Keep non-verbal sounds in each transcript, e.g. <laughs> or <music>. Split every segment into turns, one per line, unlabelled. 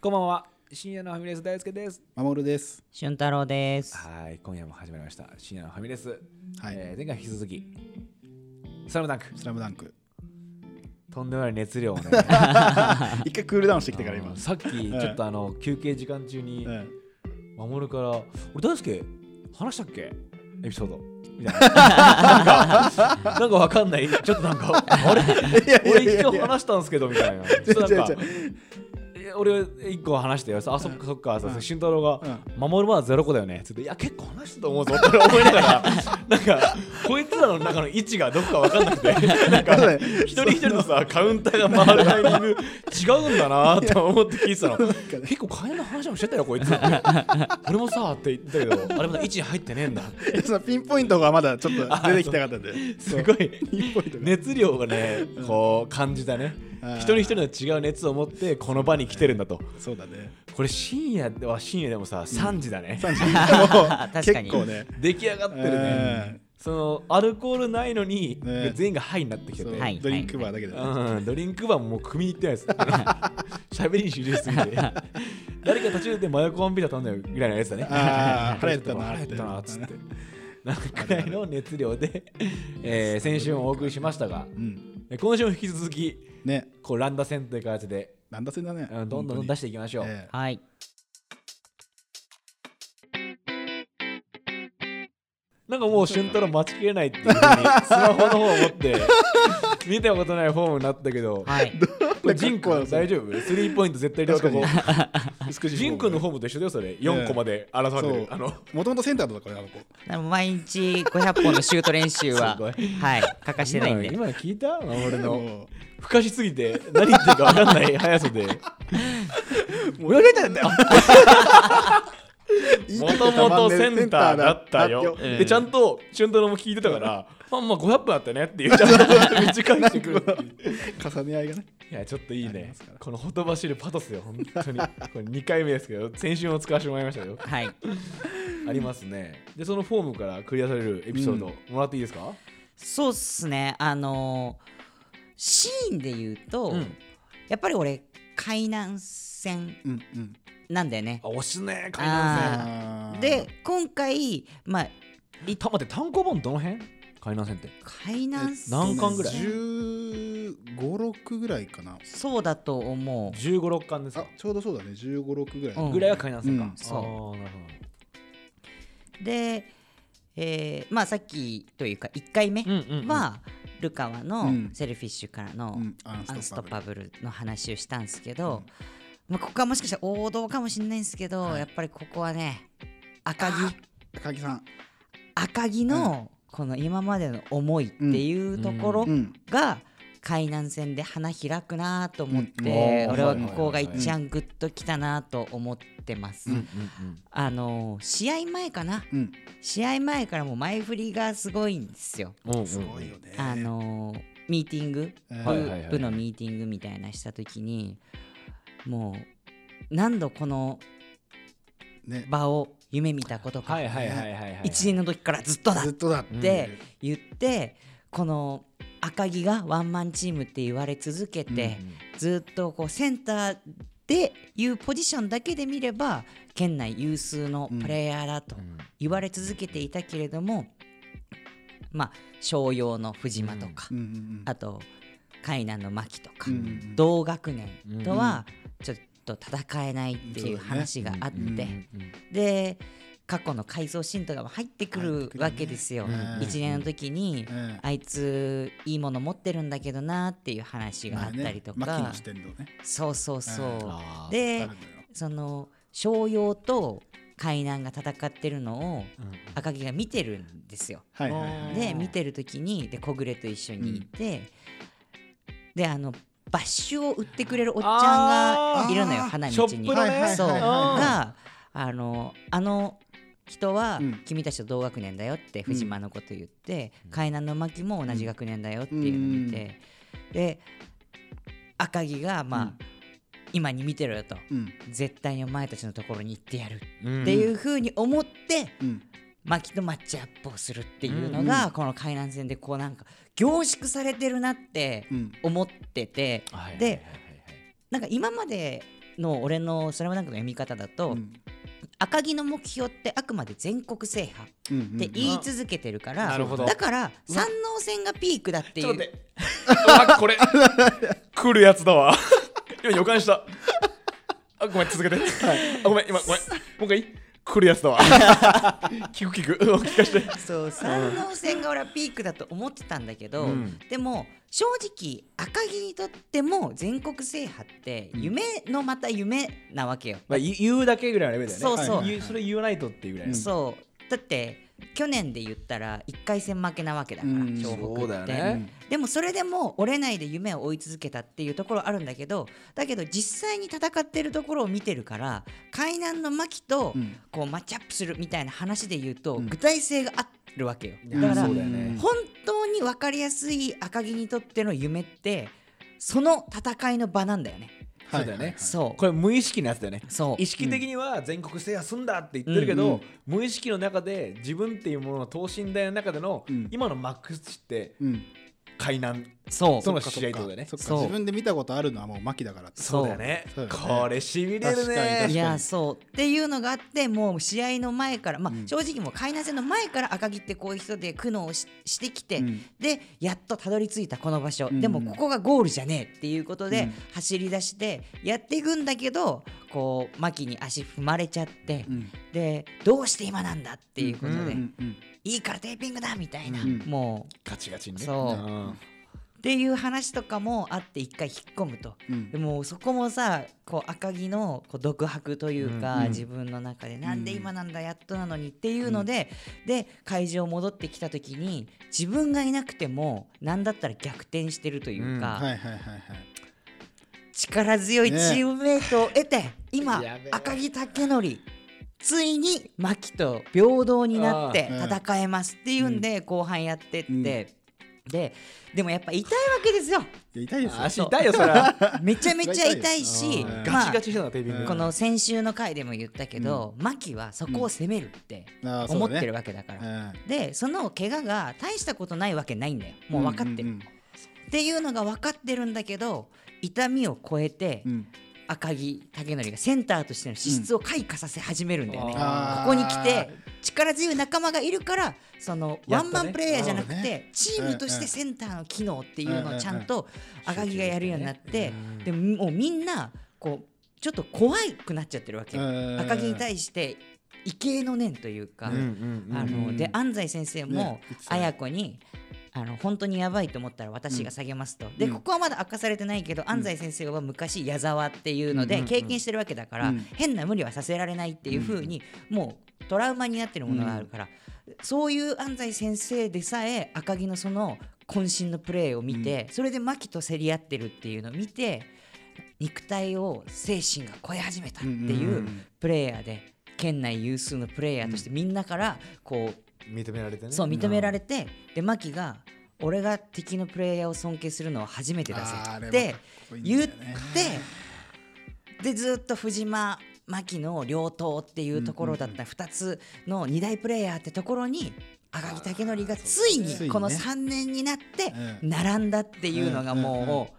こんばんは。深夜のファミレス大輔です。
守です。
俊太郎です。
はい、今夜も始まりました。深夜のファミレス。
はい。
えー前回引き続き、スラムダンク、
スラムダン
<laughs>
ク。
とんでもない熱量をね、 <laughs>
一回クールダウンしてきたから今。
さっきちょっとあの休憩時間中に
う、ん
守るから、俺大輔、話したっけエピソード。み
<laughs>
たいななんかなんかわかんない、ちょっとなん
<laughs>
か、あれ
いやいやい
俺
や
一応
いや。
話したんですけどみたいな。
違う
そうなん
違
か
う
え俺一個話してよ。あそっかそっか。そう慎太郎
う
が
ん
守るまはゼロ個だよね。つっていや結構話したと思うぞ。俺思いながらなんかこいつらの中の位置がどこかわかんなくて
<laughs>
なん
そうだ
か
よ
<laughs> 一人一人のさカウンターが回るタイミング違うんだなと思って聞いて
<laughs>
たの。結構変な話もしてたよこいつ。俺もさって言ってた
<laughs>
けどあれまだ位置に入ってねえんだ。
そのピンポイントがまだちょっと出てきたかったんで。
すごい
ピンポイントが。
熱量がねこう感じたね。
あー
一人一人の違う熱を持ってこの場に来てるんだと。
そう
<laughs>
だね。
これ深夜では深夜でもさ3時だね、
三時。もう
確
結
かに
構ね。
出来上がってるね、
うん
そのアルコールないのに、
ね
全員がハイになってきて
そ
て、
う
はいはい
ドリンクバーだけだね。
うん、ドリンクバーももう組みに行ってないですあ <laughs> の喋りに集中しすぎて誰か途中でマヨコンビータ頼んだぐらいのやつだね <laughs>
あー腹減ったな
腹減ったなっつってなんかくらいの熱量で、えー先週もお送りしましたが
うん。
今週も引き続き
ね。
こうランダ戦という形で、
なんだせんだね
うん。どんどん出していきましょう、
え
はい。
なんかもう俊太郎待ちきれないっていう <laughs> ふうにスマホの方を持って見たことないフォームになったけど、 <laughs>
はい。
これジン君大丈夫スリーポイント絶対確かに <laughs>
え。美しい
ジン君のフォームと一緒だよそれ4個まで争われ
そ
る
う
あの
もともとセンターだったからねあの子。
毎日500本のシュート練習は、
すごい
はい、欠かしてないんで。
今の聞いた俺の <laughs>
も
不可視すぎて何言ってるか分かんない速さで
うもうやりたいんだ
<laughs>
よ。
もともとセンターだったよ。
え
で、ちゃんと俊太郎も聞いてたから、まあまあ500分あったねって
<laughs>
いう、ちゃんと短くしてくるっていう。
重ね合いがね。
いや、ちょっといいね
ますか。ら
このほとばしるパトスよ、本当に。これ2回目ですけど、先週も使わせてもらいましたよ。
はい。
ありますね。で、そのフォームからクリアされるエピソード、もらっていいですか
そうっすね。あのーシーンで言うと、
うん
やっぱり俺、海南戦
うんうん。
なんだよね
あ、。押すね、海
あ
南
ー
線。
あー
で、今回、まあ、
た待って、単行本どの辺海南線って。
海南戦。
何巻ぐらい
1516ぐらいかな
そうだと思う。
15、6巻です
あ
か
ちょうどそうだね1516ぐらい、
うん
ぐらいは海南線か。
うん
そう
あーなるほ
で、えーまあさっきというか1回目
どうんうんうん
は、ルカワ
う
の
ん
セルフィッシュからの、
うんアン
アン
ス
ス
ト
ト
ッパ
ッパ
ブ
ブルの話をしたんですけど、まあ、ここはもしかしたら王道かもしれないんですけど、やっぱりここはね赤木
ル高木さん、
赤木のこの今までの思いっていうところ
うん、
が海南戦で花開くなと思って、
う
うん
ん
俺はここ
は
が
いはいはい
一番グッときたなと思ってます。
うん
うん
あの試合前かな
うん
試合前からもう前振りがすごいんですよ。
うんうん。
すごいよね
あのミーティング
えー
はい
部部のミーティングみたいなした時にもう何度この
ね
場を夢見たことか
はいはいはいはいはい。
一年の時からずっとだっ
ずっとだ
て言ってこの赤木がワンマンチームって言われ続けてずっとこうセンターでいうポジションだけで見れば県内有数のプレイヤーだと
うんうん
言われ続けていたけれどもまあ商用の藤間とか
うんうん
あと海南の牧とか、
うんうん
同学年とはちょっと戦えないっていう話があって、
うん
う
そうだ
ん
ね
うん
で過去の改造シーンとかも入ってくるわけですよ、
入ってくるね
一1年の時に、
うん
あいついいもの持ってるんだけどなっていう話があったりとか、
まあね、マキの視点のね
そうそうそう、
あー
ある
で
のよ
その商用と海南が戦ってるのを
うん
赤木が見てるんですよ。
はいはいはい
で見てる時にで小暮と一緒にいて、であのバッシュを売ってくれるおっちゃんがいるのよ
あー
花
ショ
道
ッ
に。
プの
はいはいは
ね
い
そう
あー
があのあの人は
うん
君たちと同学年だよって藤間のこと言って、海南の牧も同じ学年だよっていうのを見て、で赤木がまあ、
うん
今に見てろよと
うん
絶対にお前たちのところに行ってやる
うん
っていうふうに思って、
うん
巻きとマッチアップをするっていうのが、この海南戦でこうなんか凝縮されてるなって
うん
思ってて、
はいはいはいはい
でなんか今までの俺の「スラムダンクの読み方だと、赤城の目標ってあくまで全国制覇って言い続けてるから、
なるほど
だから山王戦がピークだっ
ち
てい
ょっと
う
待ってあこれ来るやつだ
<laughs>
わ今予感したあごめん続けて、あごめん今ごめんもう一回いい来るやつ
<laughs>
だわ聞く聞くうん聞かして
そう山王戦が俺はピークだと思ってたんだけど、
うん
でも正直赤城にとっても全国制覇って夢のまた夢なわけよ。
まあ、言う言うだけぐらいのレベルだよね
そうそう
言それ言わないとっていうぐらいの、
うん
そうだって去年で言ったら1回戦負けなわけだから、
うん
湘北って
そうだよね
でもそれでも折れないで夢を追い続けたっていうところあるんだけどだけど実際に戦ってるところを見てるから海南の牧と
うん
こうマッチアップするみたいな話で言うと、
うん
具体性があるわけよ
いや
だから
そうだよね
本当に分かりやすい赤城にとっての夢ってその戦いの場なんだよね。
そうだよね
そう
これ無意識のやつだよね
そう
意識的には全国制覇すんだって言ってるけど、
うん
無意識の中で自分っていうものの等身大の中での、
うん
今のマックス値って
うん
海南
そう
その試合ってことだよね
そっか
そう
自分で見たことあるのはもう牧だからって
そう
だよね
そうだよね
これしびれる
確かに確か
ね
に
いやそうっていうのがあってもう試合の前から、まあ
うん
正直もう海南戦の前から赤城ってこういう人で苦悩をししてきて、
うん
でやっとたどり着いたこの場所、
うん
でもここがゴールじゃねえっていうこと
う
で
ん
走り出してやっていくんだけどこう牧に足踏まれちゃって、
うん
でどうして今なんだっていうことで、
うん
うんうん
いいからテーピングだみたいな、
うん
もう
ガチガチにね
そうんっていう話とかもあって一回引っ込むと。
うん
でもそこもさこう赤城のこう独白というか、
うん
自分の中でなんで今なんだやっとなのにっていうので、で会場戻ってきた時に自分がいなくても何だったら逆転してるというか、
はいはいはいはい
力強いチームメイトを得て、今
やべえ
赤城武則ついに牧と平等になって
あーうん
戦えますっていうんで後半やってって、
うん
ででもやっぱ痛いわけですよ
いや痛いですよ
足痛いよそれは
めちゃめちゃ痛い
痛
し
いです
ガチガチしてたなテーピング、
うん
この先週の回でも言ったけど、牧はそこを攻めるって
あーそう
思
だ
ってる
ね
わけだから、
うん
でその怪我が大したことないわけないんだよもう分かってる、
んん
っていうのが分かってるんだけど痛みを超えて
うんうん
赤城武則がセンターとしての資質を開花させ始めるんだよ
うん
ね、こ
あー
こに来て力強い仲間がいるからその
や
ワ
っと
ン
ね
マンプレイヤーじゃなく
そうだ
てチームとし
うんう
て
ん
センターの機能っていうのをちゃんと赤城がやるようになって
集中
でもうみんなこうちょっと怖くなっちゃってるわけよ。
うん
赤城に対して畏敬の念というか、
うんうんうん
あので安西先生も
ね言ってたね
綾子に、あの本当にやばいと思ったら私が下げますと、で
うん
ここはまだ明かされてないけど、安西先生は昔矢沢っていうので経験してるわけだから、
うん
変な無理はさせられないっていうふうに、もうトラウマになってるものがあるから、そういう安西先生でさえ赤城のその渾身のプレーを見て、それで牧と競り合ってるっていうのを見て肉体を精神が超え始めたっていう。
うんうんうん
プレイヤーで県内有数のプレイヤーとしてみんなからこう、
認められてね
そう認められて、でマキが「俺が敵のプレイヤーを尊敬するのは初めてだぜ
あーあ」れ
っ
も
て
かっこいいん
言
だ
っ
よ
て
ね
でずっと藤間マキの両党っていうところだった2つの2大プレイヤーってところに赤木武則がつい
ついに
に
ね
この3年になって
うん
並んだっていうのが
うんうんうん
も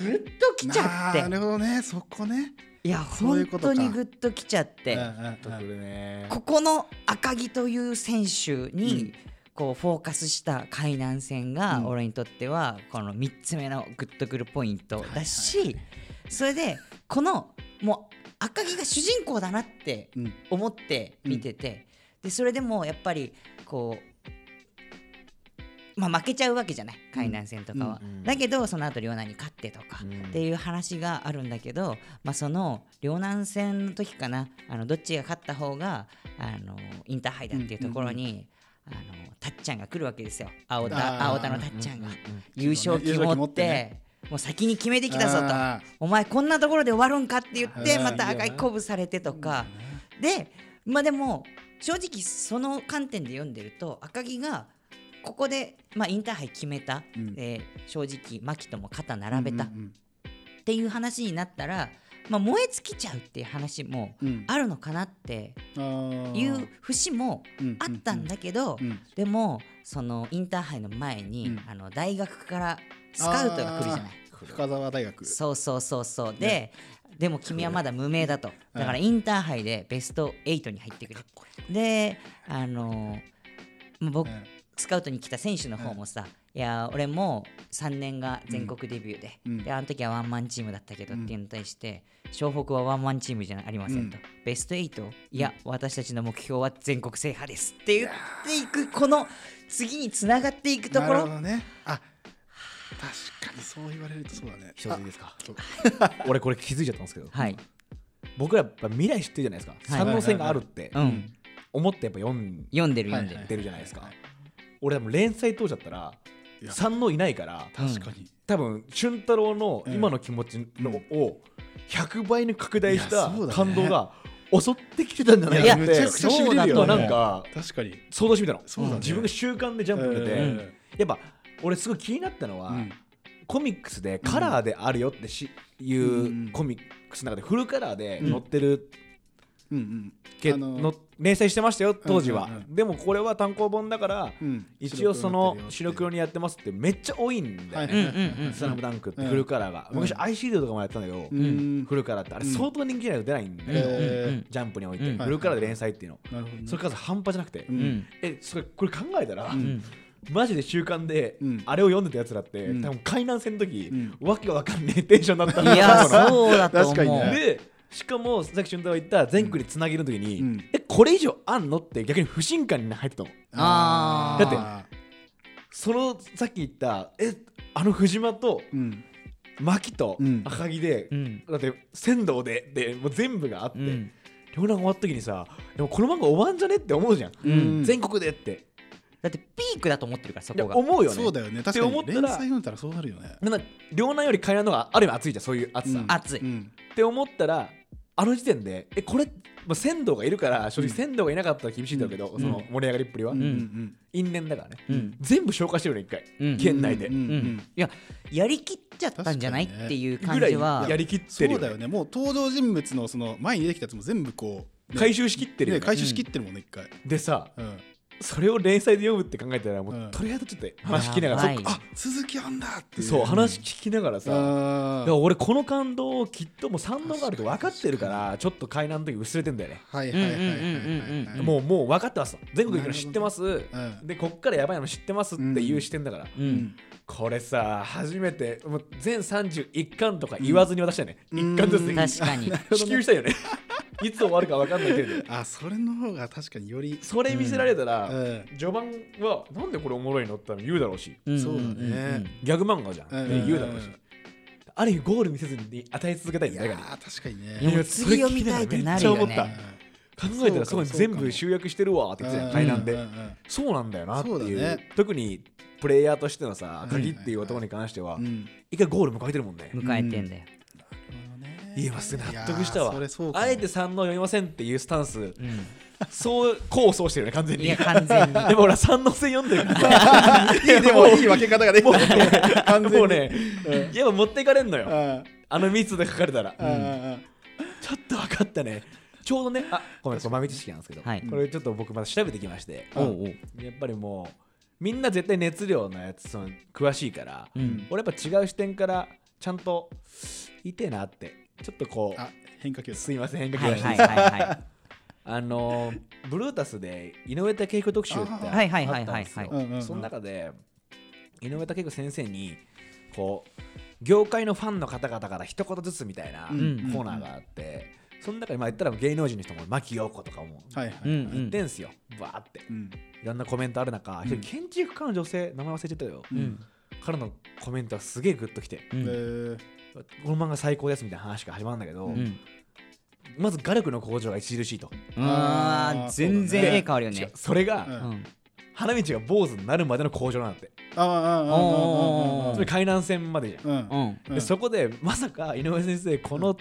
うグッときちゃって
なるほどねそこね
いや
そうい
本
うこと
当
か
にグッときちゃっ
う
て。
んうん
ちょっとこれね
ここの赤城という選手
う
に
ん
こうフォーカスした海南戦が
うん
俺にとってはこの3つ目のグッとくるポイントだしそれでこのもう赤城が主人公だなって
うん
思って見ててでそれでもやっぱりこうまあ負けちゃうわけじゃない海南戦とかは
うんうん。
だけどその後両南に勝ってとか
うん
っていう話があるんだけど、まあ、その両南戦の時かなあのどっちが勝った方があのインターハイだっていうところに、あのたっちゃんが来るわけですよ青
あー
田青田のたっちゃんが
うんうんうん
優勝旗
優勝旗
持
持
っ
ってて
もう先に決めてきたぞと
あー
お前こんなところで終わるんかって言って
うん
また赤い鼓舞されてとかでまあでも正直その観点で読んでると赤木がここで、まあ、インターハイ決めた、
うん
えー正直牧とも肩並べた
う
っ
ん
ていう話になったら、まあ、燃え尽きちゃうっていう話も
うんうん
あるのかなって
あ
い
ー
う節もあったんだけど、
うんうん
でもそのインターハイの前に、
うん
あの大学からスカウトが来るじゃない。
深澤大学
そうそうそうそうで、でも君はまだ無名だとだからインターハイでベスト8に入ってくるであのまあ僕
うん
スカウトに来た選手の方もさ、いや俺も3年が全国デビューで、
うん
であの時はワンマンチームだったけど
う
っ
ん
ていうのに対して湘北はワンマンチームじゃありませんと、
う
ベスト8いや私たちの目標は全国制覇ですって言っていくこの次につながっていくとこ
なるほ
ろ
どねあ確かにそう言われるとそうだね
一ついいですか俺これ気づいちゃったんですけど、
はい、
僕らやっぱ未来知ってるじゃないですか、
はい
三能線があるって
うん
思ってやっぱ読ん
読んでる
はい
読んでる、
でるじゃないですか、
はい
俺多分連載通っちゃったら
いや
三能いないから
うん
確かに
多分俊太郎の今の気持ちの、を100倍に拡大し
いや
た
そうだね
感動が襲ってきてたんじゃない
い
か
や
って
めちゃくちゃしびれる
ちょ
よ
っと
ね
なんか
確かに
想像してみたの
そうだね
自分が習慣でジャンプしてて、
うん
やっぱ俺すごい気になったのは、
うん
コミックスでカラーであるよってし、い
うん
うコミックスの中でフルカラーで載ってる
うんうん
け、
あの
の連載してましたよ当時は、
うんうんうん
でもこれは単行本だから、
うん
一応その白黒
に
にやってますってめっちゃ多いんだよね、
はい
うんうんうん
スラムダンクって
うん
フルカラーが、
うん
昔アイシールドとかもやったんだけど、
なってるよっていううん
フルカラーってあれ相当人気ないと出ないんだけど、
え
うん
ジャンプにおいて、
うん
フルカラーで連載っていうの、
なるほどね
それ数半端じゃなくて、
うん
うん
えそれこれ考えたら、
うん
うん
マジで習慣で、
うん
あれを読んでたやつらって、
うん
多分海南戦の時、
う
わけわかんねえテンションだったん
いや
だろう
そうだと思う
確かに
な
ね
でしかも佐々木俊太郎が言った全国につなげる時に、
うん
えこれ以上あんのって逆に不信感に入ってたの
あ
ーだ
って
そのさっき言ったえあの藤間と
うん
牧と
うん
赤城で、
うん
だって仙道ででもう全部があって、
うん
両南が終わった時にさでもこの漫画終わんじゃねって思うじゃん、
うん
全国でって
だってピークだと思ってるからそ
いや
こが
思うよね
そうだよね確か
って思っ
に
た
連
ら
載読んだらそうなるよね
なんか両南より海南の方がある意味熱いじゃんそういう熱さ、
うん
熱い
うん
って思ったらあの時点でえこれ、まあ、仙道がいるから正直
うん
仙道がいなかったら厳しいんだろうけど、
うん
その盛り上がりっぷりは、
うんうん
因縁だからね、
うん
全部消化してるね一回、
うん
県内で、
うんうん
う
うんん
いややりきっちゃったんじゃない、
確かにね
っていう
ぐ
感
ら
じ
い
は
やりきってる
そうだよねもう登場人物のその前に出てきたやつも全部こうね
回収しきってるよ
ね
ね
回収しきってるもんね一回
でさ
うん
それを連載で読むって考えたらもう、
うん
とりあえずちょっと話聞きながら
やばい
そっか
あ続きあんだってい
そう話
うん
聞きながらさ、だか
あ
ら
ー
俺この感動をきっともう三能があると分かってるからちょっと海南の時薄れてんだよね、
はいはいはいはいはいはい
もうもう分かってます全国行くの知ってます、
うん
でこっからやばいの知ってますっていう視点だから、
うん
これさ初めてもう全31巻とか言わずに渡したよね、一
うん
1巻ずつ
う
ね
ん
確かに
支給したよね <laughs> いつ終わるか分かんないけど
あそれの方が確かにより
それ見せられたら、
うん
序盤はなんでこれおもろいのって多分言うだろうし
ん
そうだね
んん
ギャグ漫画じゃん、
うん
で言うだろうし、
うん
ある意味ゴール見せずに与え続けたい
い
よ
や
誰かに
ー確かに
いや
ね
もう次読みたいってなるよね
めっちゃ思っ考えたらそこに全部集約してるわって言ってたよ
うん
階段
うん
で
うんうん
そうなんだよなって
そう
いう
だね
特にプレイヤーとしてのさ
うん
鍵っていう男に関しては
うん
一回ゴール迎えてるもんね
迎えてんだよ、
いやまあすごい納得したわ
いやーそれそうかも
あえて三能読みませんっていうスタンス
うん
そう構想してるよね完全
い
に
や完全に
でも俺は三能線読んでるから
<laughs> いやでもいい分け方ができた <laughs> 完全に
もうね
うん
やっぱ持っていかれんの
あ
よ
ー
あの密で書かれたら
あーあー
ちょっと分かったねちょうどねあごめんこれ豆知識なんですけど
はい
これちょっと僕まだ調べてきまして
おうおう
やっぱりもうみんな絶対熱量のやつその詳しいから、
うん
俺やっぱ違う視点からちゃんといてえなってちょっとこ
あ
う
変化球
すいません変化
は
球
い
出していです
はいい
か
はいはい
あのーブルータスで井上武彦特集ってあっ
あー
はいはいはい
あったんですよ
はいはいはい
その中で井上武彦先生にこう業界のファンの方々から一言ずつみたいなコ
ん
ーナーがあって、その中にまあ言ったら芸能人の人も牧陽子とかも
はいはい
うんう
言っ
ん
てんすよ、バーって
うん
いろんなコメントある中、一人
うん
建築家の女性名前忘れてたよ、
うん
からのコメントがすげえグッときて
う
え
ん
ー
この漫画最高ですみたいな話が始まるんだけど、
うん
まず画力の向上が著しいと、
あー
あー
全然
そうだね
絵変わるよ
違う
ね
それ
う
が
ん
うん
花道が坊主になるまでの向上なんだって、
あああああああああ
つまり海南線までじゃん、
うん
うん
うん
でそこでまさか井上先生この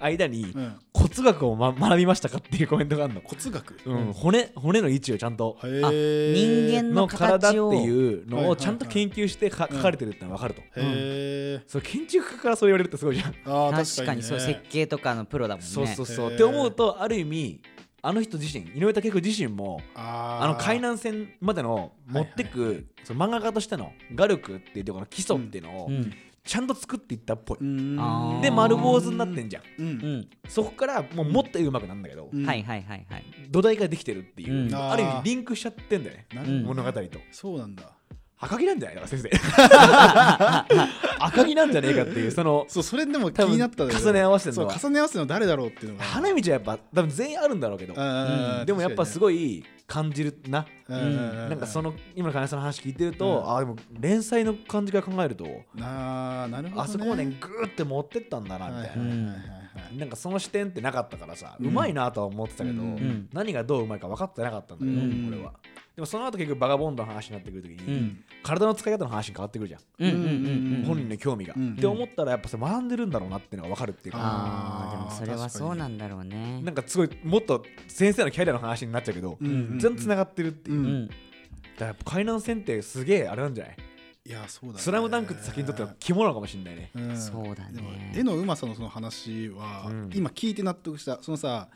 間に
うん
骨学を、ま、学びましたかっていうコメントがあるの、
骨学
うん、骨骨の位置をちゃんと
へ
あ
ー
人間
の体って
形を
いうのをちゃんと
はいはい
研究してか書かれてるってのは分かると、
へえ
そう建築家からそう言われるってすごいじゃん
あー
確かにそう設計とかのプロだもんね
そうそうそう。
へー
って思うとある意味あの人自身井上武彦自身も
あー
あの海南線までの持ってく、その漫画家としての画力っていうところの基礎っていうのを
うん
ちゃんと作っていったっぽい、
うん
あー
で丸坊主になってんじゃん
う
うんん、
そこからもうもっと上手くなるんだけど、
うん
はいはいはいはい
土台ができてるっていう、
うん
ある意味リンクしちゃってんだよね
なるほど
うん
物語と
そうなんだ
赤木なんじゃないのか先生赤木なんじゃねえかっていうその
そうそれでも気になった
多分重ね合わせる
そ
の
う
は
重ね合わせるの誰だろうっていうのが
花道はやっぱ多分全員あるんだろうけど
うん
でもやっぱす
い
ごい感じるな
うん
なんかそ
の
の今の金井さんの話聞いてると、
うん
ああでも連載の感じから考えると
あーなるほど
あそこをねグーって持ってったんだなみたいな、
はいはいはいはいはい
なんかその視点ってなかったからさ、
うん
うまいなとは思ってたけど、
うん
何がどううまいか分かってなかったんだけど、
うん
俺はでもその後結局バガボンドの話になってくるときに、
うん
体の使い方の話に変わってくるじゃん、
うんうんうんうん
本人の興味が、
うん
って思ったらやっぱそれ学んでるんだろうなっていうのが分かるっていうか、
ああ
あー
それはそうなんだろうね
なんかすごいもっと先生のキャリアの話になっちゃうけど、
うんうん
全然つながってるっていう、
うん
うん
だからやっぱ海南選ってすげえあれなんじゃない、
いやそうだね
スラムダンクって先にとっては肝なのかもしれないね、
ん
そうだね
でも絵のうまさのその話は、
うん
今聞いて納得したそのさ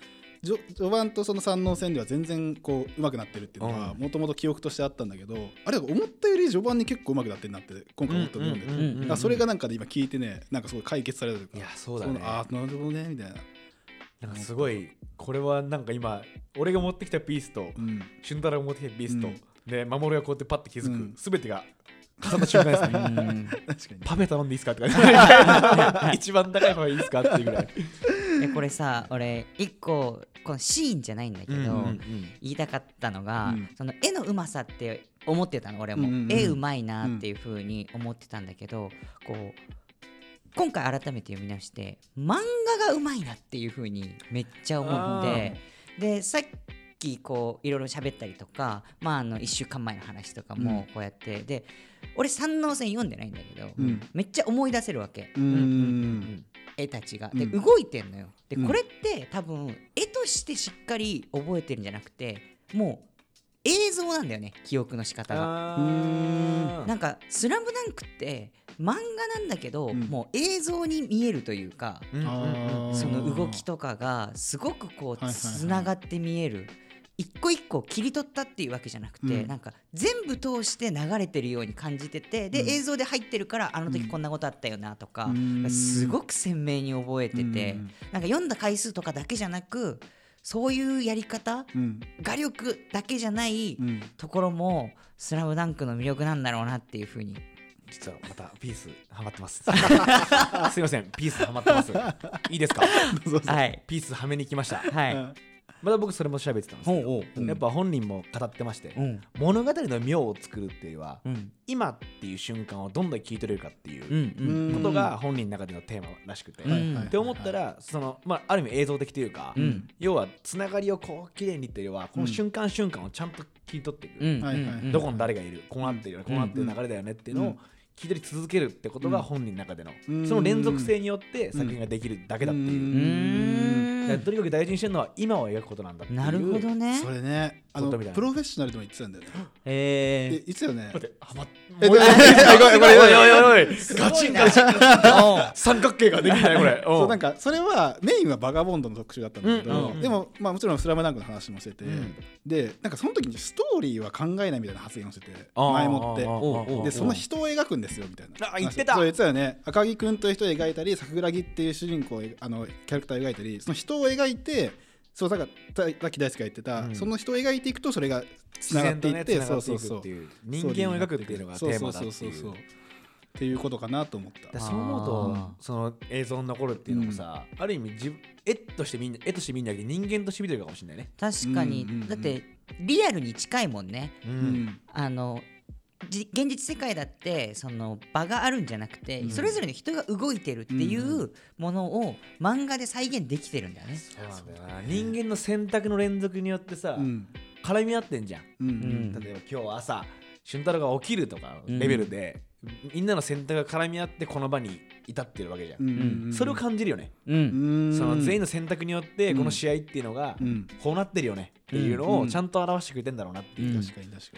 じょ序盤とその三能戦では全然こう上手くなってるっていうのは
う
もともと記憶としてあったんだけどあれ思ったより序盤に結構上手くなってるなって今回思ったと思うんだよね、
んうん
だからそれがなんかで今聞いてねなんかすごい解決されたというか
いやそうだね
のああなるほどねみたいな、
なんかすごいこれはなんか今俺が持ってきたピースと、
うん、 <laughs>
俊太郎が持ってきたビースト、
うん
で守がこうやってパッて気づ
うん
く、すべてが重なった瞬間ですね、
うん
確かに
<laughs> パフェ頼んでいいですかと
<laughs>
か一番高い方がいいですかっていうぐらい、
でこれさ俺一個このシーンじゃないんだけど、言いたかったのが、
うん
その絵のうまさって思ってたの俺も、
うんうんうん
絵うまいなっていうふうに思ってたんだけど、こう今回改めて読み直して漫画がうまいなっていうふうにめっちゃ思ってでさっきこういろいろ喋ったりとか、まあ、あの1週間前の話とかもこうやって、で俺三能線読んでないんだけど、
うん
めっちゃ思い出せるわけ、
うん
うん
絵たちがで、
うん
動いてんのよで
うん
これって多分絵としてしっかり覚えてるんじゃなくてもう映像なんだよね記憶の仕方が。
あー
なんか「スラムダンクって漫画なんだけど、
うん
もう映像に見えるというか、
うんうんうん
あー
その動きとかがすごくこ
いうはいはい
つながって見える、一個一個切り取ったっていうわけじゃなくて、
うん
なんか全部通して流れてるように感じててで、
うん
映像で入ってるからあの時こんなことあったよなとか、
うん
すごく鮮明に覚えてて、
うん
なんか読んだ回数とかだけじゃなくそういうやり方
うん
画力だけじゃない
うん
ところも「スラムダンクの魅力なんだろうなっていうふうに
実はまたピースハマってます <laughs> すいませんピースハマってますいいですか
どうぞ
はい
ピースはめに来ました
は
う
い
ん
また僕それも調べてたんですけど
ほうほう
やっぱ本人も語ってまして、
うん
物語の妙を作るっていうよりは、
うん
今っていう瞬間をどんどん聞い取れるかっていう、
うんうん
ことが本人の中でのテーマらしくて、
うん
って思ったらその、まあ、ある意味映像的というか、
うん
要はつながりをこう綺麗にっていうよりはこの
うん
瞬間瞬間をちゃんと切り取っていく、
うん
はいはい
うん
どこに誰がいるこうなってるよね
うん
こうなってる流れだよねっていうの
う
を
ん
切り取り続けるってことが
うん
本人の中での、
うん
その連続性によって作品ができるだけだっていうう、
ん
ーん
だからとにかく大事にしてるのは今を描くことなんだっていう
なるほどね
それねあの
ことみたいな
プロフェッショナルでも言ってたんだよね
え
え言ってたよね
待ってハマっ <laughs>
え
おいおいおいおいおいおいおいおいガチンガチン三角形ができないこれお
そうなんかそれはメインはバガボンドの特集だったんだけど、
うんうん
でも、まあ、もちろん「スラムダンクの話もしてて、
うん
でなんかその時にストーリーは考えないみたいな発言をしてて
あー
前もって
あーあーあー
でその人を描くんですよみたいな
あ言ってた
そう言ってたよね赤木君という人を描いたり桜木っていう主人公をあのキャラクターを描いたりその人を描いてそうだからさっき大輔が言ってた、
うん
その人を描いていくとそれがつ
自
ながっ
然
て
と
いっ
ね
て,、
つなが
そ
っ
う
て
そ
いうく
そう
っていう人間を描くっていうのがテーマだっていう
そうそうそうそうっていうことかなと思った
だからそう思うと
あ
その映像に残るっていうのもさ、ある意味自分絵としてみんな絵としてみんなより人間として見てるかもしれないね、
確かに、
うんうんうん
だってリアルに近いもんね
う
う、ん
あのじ現実世界だってその場があるんじゃなくて、
うん
それぞれの人が動いてるっていうものを漫画で再現できてるんだよね。
そうなんだよな人間の選択の連続によってさ、
うん
絡み合ってんじゃん、
うんう
うんん
例えば今日朝俊太郎が起きるとか
うん
レベルで、みんなの選択が絡み合ってこの場に至ってるわけじゃん、
うん
それを感じるよね、
うん
その全員
員
の選択によってこの試合っていうのが
うん
こうなってるよねっていうの
う
を
ん
ちゃんと表してくれてんだろうなっていう、
うん
確かに確か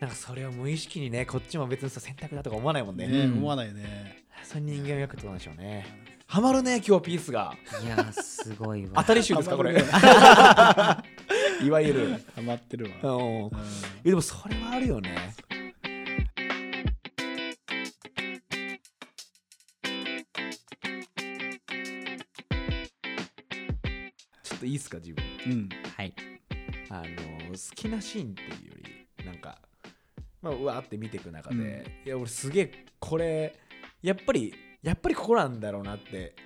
なんかそれを無意識にねこっちも別にさ選択だとか思わないもん
に
ね
ね、
うん
思わないよね
それに人間を焼くってことなんでしょうね。ハマるね、今日ピース <laughs> が。
いやーすごい
当
わ。
たり集ですか、これ。 <laughs> いわゆる。うん
ハマってる
い
わ、
や
うん
でもそれはあるよね。いいっすか自分
うん
はい
あの好きなシーンっていうよりなんか、まあ、うわーって見ていく中で、
うん
いや俺すげえこれやっぱりやっぱりここなんだろうなって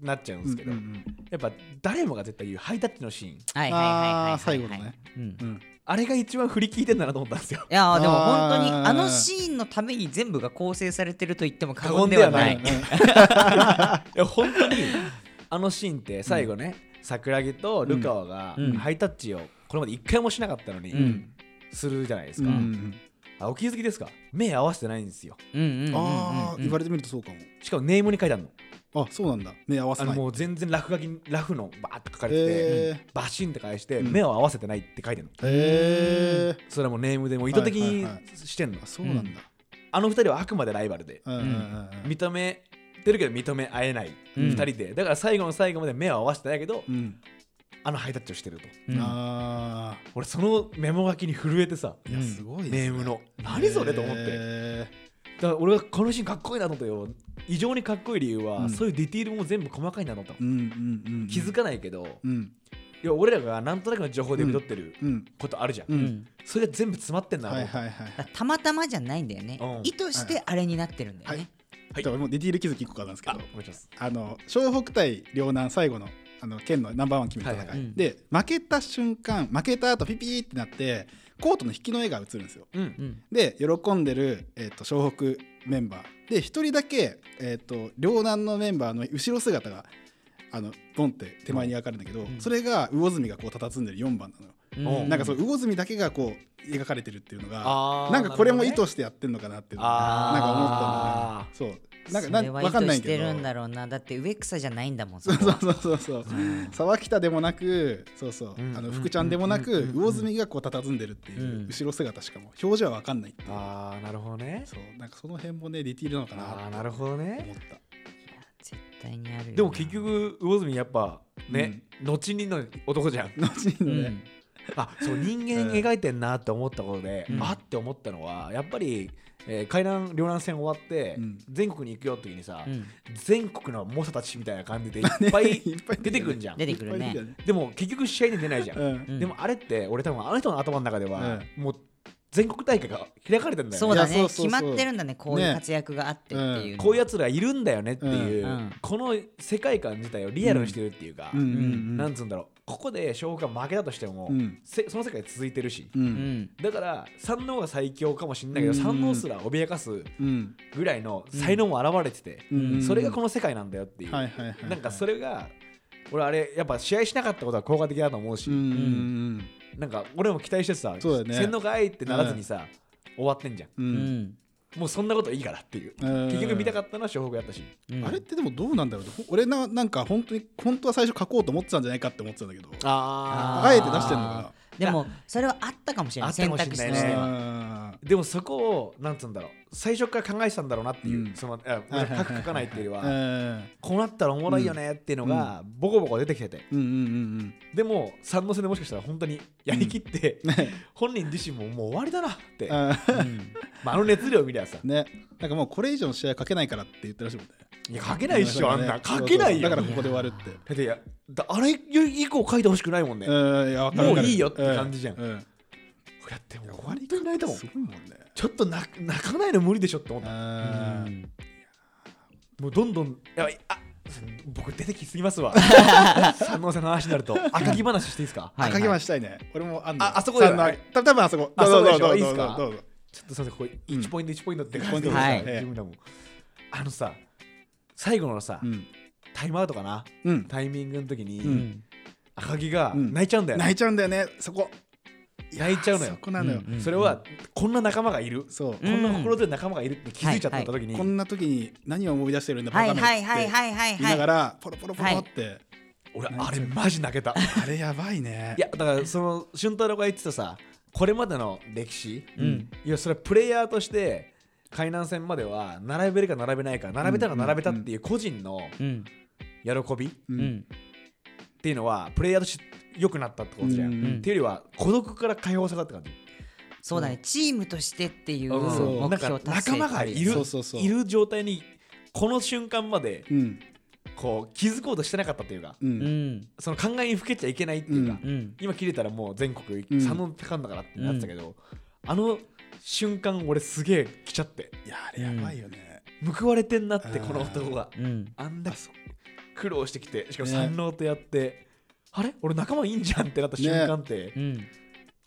なっちゃうんですけど、
うんうん
やっぱ誰もが絶対言うハイタッチのシーン
はいはいはいはいはい
あー最後のね
うん
うんうん
あれが一番振り聞いてんだなと思ったんです
<laughs>
よ
いやーでも本当に
あー
あのシーンのために全部が構成されてると言っても過言ではない
うんうん
いや本当にあのシーンって最後ね、桜木とルカワが
うん
ハイタッチをこれまで一回もしなかったのに、
うん
するじゃないです
うん
か、
うん
あお気づきですか目合わせてないんですよ
うんうんうんうん
ああ
うん
言われてみるとそうかも
しかもネームに書いてあるの
あそうなんだ目合わ
あ
せな
の
い
もう全然落書きラフのバーって書かれてて、
へえ
バシンって返して
うん
目を合わせてないって書いてんの、
へえ
それはもうネームでもう意図的に
はいはいは
してんの、
あそうなんだ
あの二人はあくまでライバルで
うんうんうん
認めてるけど認め合えない
うん
二人でだから最後の最後まで目を合わせてないけど、
うん
あのハイタッチをしてると
うん
あ
俺そのメモ書きに震えてさ
あいやすごいですね
ネームの何それと思ってだ
へ
から俺はこのシーンかっこいいなと思ったよ異常にかっこいい理由は、
うん
そういうディティールも全部細かいなと思った
ーう
の、
んうんうんうん
気づかないけど、
うん
いや俺らがなんとなくの情報で受け取ってる
うん
ことあるじゃん、
う
うんん
それが全部詰まってんな、
はい
あの
はいはい
だからたまたまじゃないんだよね、
うん
意図してあれになってるんだよね、
はい
はい
でももうディティール気づき1個かなんですけ
あ
ど
お願いします
あの湘北対両南最後のあの県のナンバーワン決めた戦い、
はい
はい
で負けた瞬間負けた後ピピーってなってコートの引きの絵が映るんですよ
うん
うん
で喜んでる、えっと湘北メンバーで1人だけ、えっと両南のメンバーの後ろ姿があのボンって手前に描かれるんだけど、
ん
それが魚住がこう佇んでる4番なのよ、
うん
なんかそう魚住だけがこう描かれてるっていうのが
あー
なんかこれも意
なるほどね
図してやってんのかなっていうのが
あー
なんか思ったんだよねそうなんか
それは
わ
意
かん
図
ない
し
け
て
ど
るんだろうなだって植草じゃないんだもん
そう
こは
そうそうそう沢北でもなくそうそう、
うん
あの福ちゃんでもな
うん
く
うん
魚住がこう佇んでるっていう、
うん
後ろ姿しかも表情は分かんないっていう
あーなるほどね
そうなんかその辺もねディティールなのかな
あー
と
なるほどね
<laughs> 思った
絶対にあるよな
でも結局魚住やっぱね、後にの男じゃん
後
う
に
ん
のね、
あそう人間描いてんなって思ったことで、
うん
あって思ったのはやっぱり、えー、海南両南戦終わって、
うん
全国に行くよって時にさ、
うん
全国の猛者たちみたいな感じでいっ
<laughs>
ぱい
いっぱい
出てくるじゃん
出てくる
いっ
ね
ぱい出て
でも結局試合に出ないじゃん、
たよね
うん
でもあれって俺多分あの人の頭の中では、
う
もう全国大会が開かれてんだよ
そ
ね
うだ
いや
ね
そうそうそう
決まってるんだねこういう活躍があってっていう、
こういうやつらいるんだよねっていう、
うんうん
この世界観自体をリアルにしてるっていうか、
うんうんう
なんんつうんだろうここで翔吾が負けたとしても、
うん
せその世界続いてるし、
う
うんん
だから三能が最強かもしれないけど、
うん
三能すら脅かす
うん
ぐらいの才能も現れてて、
うん
それがこの世界なんだよっていう、
はいはいはいはい
なんかそれが俺あれやっぱ試合しなかったことは効果的だと思うし、
うんうん
なんか俺も期待してさ、
そうだね
洗脳がいってならずにさ、終わってんじゃん
う
うんん
もうそんなこといいからっていう、
うん
結局見たかったのは小北やったし、
うん
あれってでもどうなんだろうほ俺ななんか本当に本当は最初書こうと思ってたんじゃないかって思ってたんだけどあ
あ
ー
えて出してんのか
でもそれはあったかもしれな
あ
い
ったか
選
もしれ
択肢
ない
と
ね
しては
な
でもそこをなんつうんだろう最初から考えてたんだろうなっていう、
うん
そのあ
はいはいはいはい
書く書かないっていうよりは、
うん
こうなったらおもろいよねっていうのがボコボコ出てきてて
うんうんうん
でも三の線でもしかしたら本当にやりきって、
うんね
本人自身ももう終わりだなって、
あー
うん
まあ、あの熱量見りゃさ、
ねなんかもうこれ以上の試合かけないからって言ってらっしゃるもんね
いや書けないっしょあんな
そう
書
そう
けないよ
だからここで終わるって
だっていやだあれ以降書いてほしくないもんね、
う
こ
んいやわかるわか
も
る
ういいよって感じじゃん
ううん
れやってもう終わりくないと思う
すごいもんね
ちょっと泣く泣かないの無理でしょって思った
あー
もうどんどんやばいあ僕出てきすぎ <laughs> ますわ三能線の話になると赤木話していいですか
はい
赤木はしたいね俺もあんの
ああそこだよ
さんの
はい
た多分あそこ
あそうでしょ
どうぞ
いいっすか
どうぞどうぞ
ちょっとすいませんこれ
うん
1ポイント1ポイントって感じで、
はい
自分らもあのさ最後のさ、
うん
タイムアウトかな
うん
タイミングの時に、
う
うんん
赤木が
うん
泣いちゃうんだよ、
泣いちゃうんだよねそこ
泣いちゃうのよ
そこなのよ
うんうん
それはこんな仲間がいる、
そう
うん
こんな心強い仲間がいるって気づいちゃった時に、
こんな時に何を思い出してるんだバ
は
カ
い
め
はいはい
っ
はいはい
て言いなが
はい
らポロポロポロって
俺あれマジ泣けた
あれやばいね
いやだからその俊太郎が言ってたさこれまでの歴史、
うん
いやそれはプレイヤーとして海南戦までは並べるか並べないか並べたら並べたっていう個人の
うん
喜びっ
う
うんん
ていうのはプレイヤーとして良くなったってことじゃん、
うん
っていうよりは孤独から解放されたって感じ
そうだねチームとしてっていう
うん
そう
目
なんか
標達成
仲間がいる
そうそうそう
いる状態にこの瞬間まで
うん
こう気づこうとしてなかったっていうか
う
うんん
その考えにふけちゃいけないっていうか、
うん
うん
今切れたらもう全国
うん
佐野ペカンだからってなってたけど、あの瞬間俺すげえ来ちゃって
いやあれやばいよね、
報われてんなって
あー
この男が
うん
あんだけ苦労してきてしかも
ね
三郎とやって、あれ俺仲間いいんじゃんってなった瞬間って、
うん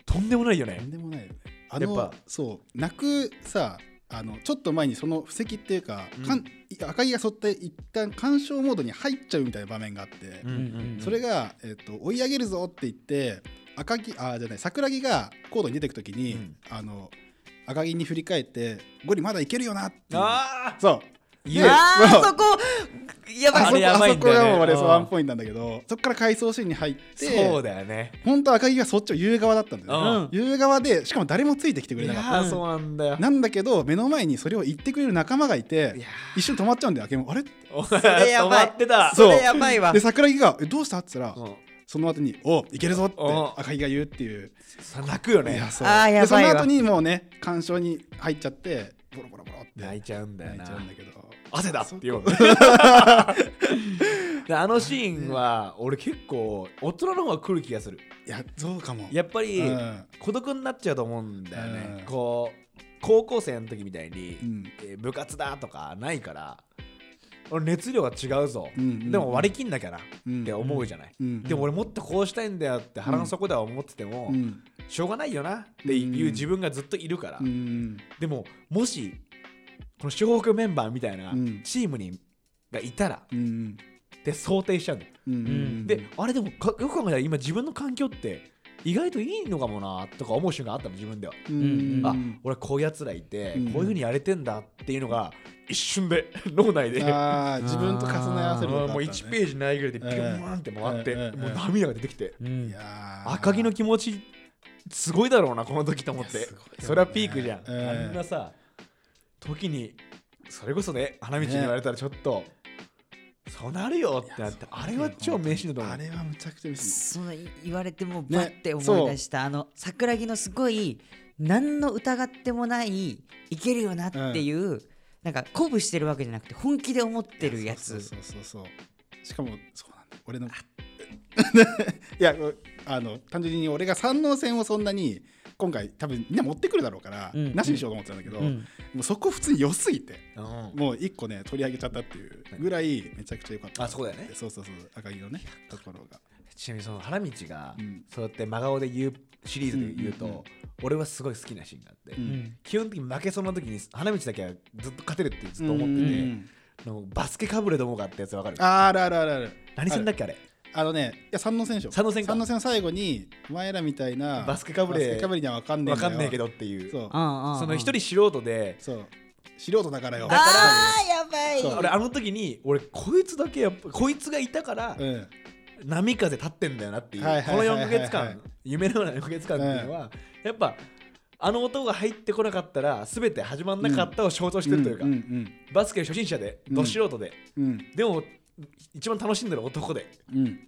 とんでもないよ
な
ね
んでもないよねあの
やっぱ
そう泣くさあのちょっと前にその布石っていうか,
うん
かん、赤木が沿って一旦干渉モードに入っちゃうみたいな場面があって、
うん
うん
それが、えっと追い上げるぞって言って赤木あじゃない桜木がコードに出てく時に、
うん
あの赤木に振り返って「ゴリまだいけるよな」っていう
あ
そう
ー
ね
あ
そ
ー
う
そこやばい
あ
あ
そ
れ
こ
やば
あ
い
そ
ん
こ
だよね
がもう俺
うん
そうワンポイントなんだけどそこから回想シーンに入って
そうだよね
本当は赤木がそっちを言う側だったんだよね、
うん
言う側でしかも誰もついてきてく
い
れなかった
やーそうなんだよ
なんだけど目の前にそれを言ってくれる仲間がい
い
て
や
一瞬止まっちゃうんだよ明もあれ
ー
それやばい
止まってた
それやばいわ
で桜木が「えどうした?」っつったら、
うん
その後に「おいけるぞ」って
うん
赤木が言うっていう
さ泣くよ
い
ね
やそう
あー
で
や
そ
ばい
の
わ
後にもうね干渉に入っちゃってボロボロボロって
泣いちゃうんだよ
泣い
な
ちゃうんだけど
汗だって言うもんね <laughs> であのシーンは俺結構大人の方が来る気がする
いやそうかも
やっぱり
うん
孤独になっちゃうと思うんだよね、
うん
こう高校生の時みたいに、
うん
えー部活だとかないから俺熱量が違うぞ、
うんうん
でも割り切んなきゃなっ
うん
て思うじゃない、
うん
でも俺もっとこうしたいんだよって腹の底では思ってても、
うん
しょうがないよなっていう自分がずっといるから、
うん
でももしこの小北メンバーみたいな
うん
チームに、がいたら
うんうん
って想定しちゃうんだよ、
うんうん
であれでもかよく考えたら今自分の環境って意外といいのかもなとか思う瞬間あったの自分では、
うんうん
あ俺こういうやつらいて、
うん
こういうふうにやれてんだっていうのが一瞬で <laughs> 脳内で
あー自分と重ね合わせるのがあ
も
っ
う
たね
1ページないぐらいでピューンって回って、
うんうんうん
もう涙が出てきて、
うん
いやー
赤木の気持ちすごいだろうなこの時と思っ
い
て、
やすごいよね
それはピークじゃん、
うん
あんなさ時にそれこそね花道に言われたらちょっと、そうなるよってなってあれは超名シーンだと思う
あれはむちゃくちゃ嬉しい
その言われてもう
ね
バッて思い出した、あの桜木のすごい何の疑ってもないいけるよなっていう、なんか鼓舞してるわけじゃなくて本気で思ってるやつ
そうそうそうそうしかもそうなんだよ俺の <laughs> いやあの単純に俺が山王戦をそんなに今回多分みんな持ってくるだろうから、
うん
なしにしようと思ってたんだけど、
うん
もうそこ普通に良すぎて
うん
もう一個ね取り上げちゃったっていうぐらいめちゃくちゃ良かった
あそうだよね
そうそうそう赤木のねところが
ちなみにその花道が
うん
そうやって真顔で言うシリーズで言うと、
うんうんうん
俺はすごい好きなシーンがあって、
うん
基本的に負けそうな時に花道だけはずっと勝てるってずっと思
う
っ
ん
て
う
て、
ん
のバスケかぶれどもがあったやつわかる
あるあるあるある
何戦だっけあれ
あのねいや山王戦でしょ
山王戦か
山王戦の最後にお前らみたいな
バスケかぶれ
バスケかぶれには分かんねえ
わかんねえけ
ど
どっていう
そう
そ
そ
の一人素人で
そう素人だからよ
あーやばい
そう
俺あの時に俺こいつだけやっぱこいつがいたから
うん
波風立ってんだよなっていうこ
はい
の
はいはいはいはい
4ヶ月間夢のような4ヶ月間っていうのはやっぱあの音が入ってこなかったら全て始まんなかったを象徴してるというか
んん
バスケ初心者で
うん
ど素人で
うん
でも一番楽しんでる男で
うん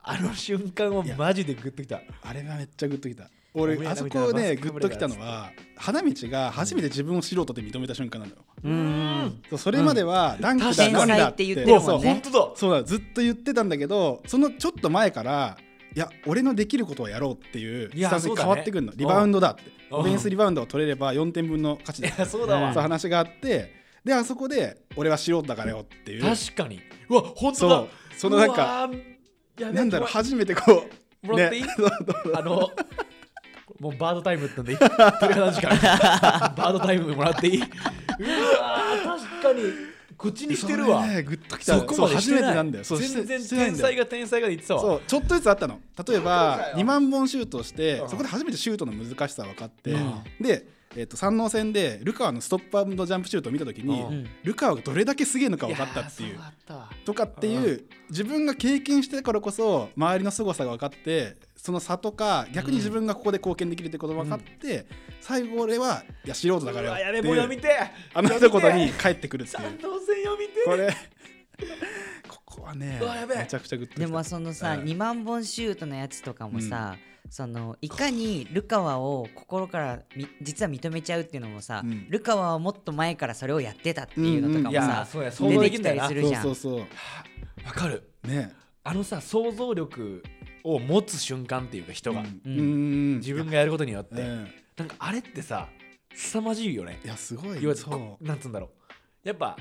あの瞬間をマジでグッときた
あれはめっちゃグッときた
お
俺
めえ
あ
ら
そ
みたい
こ
な
ね
バスケ
グッときたのは花道が初めて自分を素人で認めた瞬間なのよ、
うん
そうそれまではダンクだ、
うん
なんだ
天才って言っ
も
てる
う
も
そ
ん
う
ね
本当だ
そうそうだずっと言ってたんだけどそのちょっと前からいや俺のできることをやろうっていう
い
ス
や
タンス
そ
に
うだ
変
ね
わってくるのリバウンドだって
うん
オフェンスリバウンドを取れれば4点分の価値だ
いやそうだ
そ
わ
う話があってであそこで俺は素人だからよっていう
確かにうわ本当
そ
だ
うそのなんか
うわーやべえ
なんだろう
怖い
初めてこう
もらっていい
ね、そうそう
あのもうバードタイムってんでいい鳥肌
<laughs>
時間バードタイムもらっていいうわー確かに口にしてるわ
それね <laughs> グッときた
そこまでして
そう初めて
な
なん
い
だよそうして
全然
してないん
天
だ
才
よ
が天才がで言ってたわ
そうちょっとずつあったの例え
そうだ
ば
よ
2万本シュートして
うん
そこで初めてシュートの難しさ分かって
うん
で、えっと山王戦でルカワのストップアンドジャンプシュートを見た時に、
うん
ルカワがどれだけすげえのか分かったってい
や
う
ーそうだったわ
とかっていう自分が経験してからこそ周りの凄さが分かってその差とか逆に自分がここで貢献できるってことが分かって、最後俺はいや素人だか
う
ら
わ
よ
やべえ
って
もう
い
読み
う
て
あの一言に
読みて
帰ってくるってい
三
う
能線読みて
こ
<laughs>
れここはね
うわやべえ
めちゃくちゃグッときた
でもそのさ、
うん
2万本シュートのやつとかもさ、そのいかにルカワを心からみ実は認めちゃうっていうのもさ、
うん
ルカワはもっと前からそれをやってたっていうのとか
うんうん
も
い
や
さ、
そうや想
出
像
て
でき
き
んだよ
たり
な
するじゃん。
そうそうそう
わかる
ね
あのさ想像力を持つ瞬間っていうか人が、
うん
うん
うん
自分がやることによって、
うん
なんかあれってさ凄まじいよね
いやすごい
いわゆる
そ
こなんつうんだろうやっぱ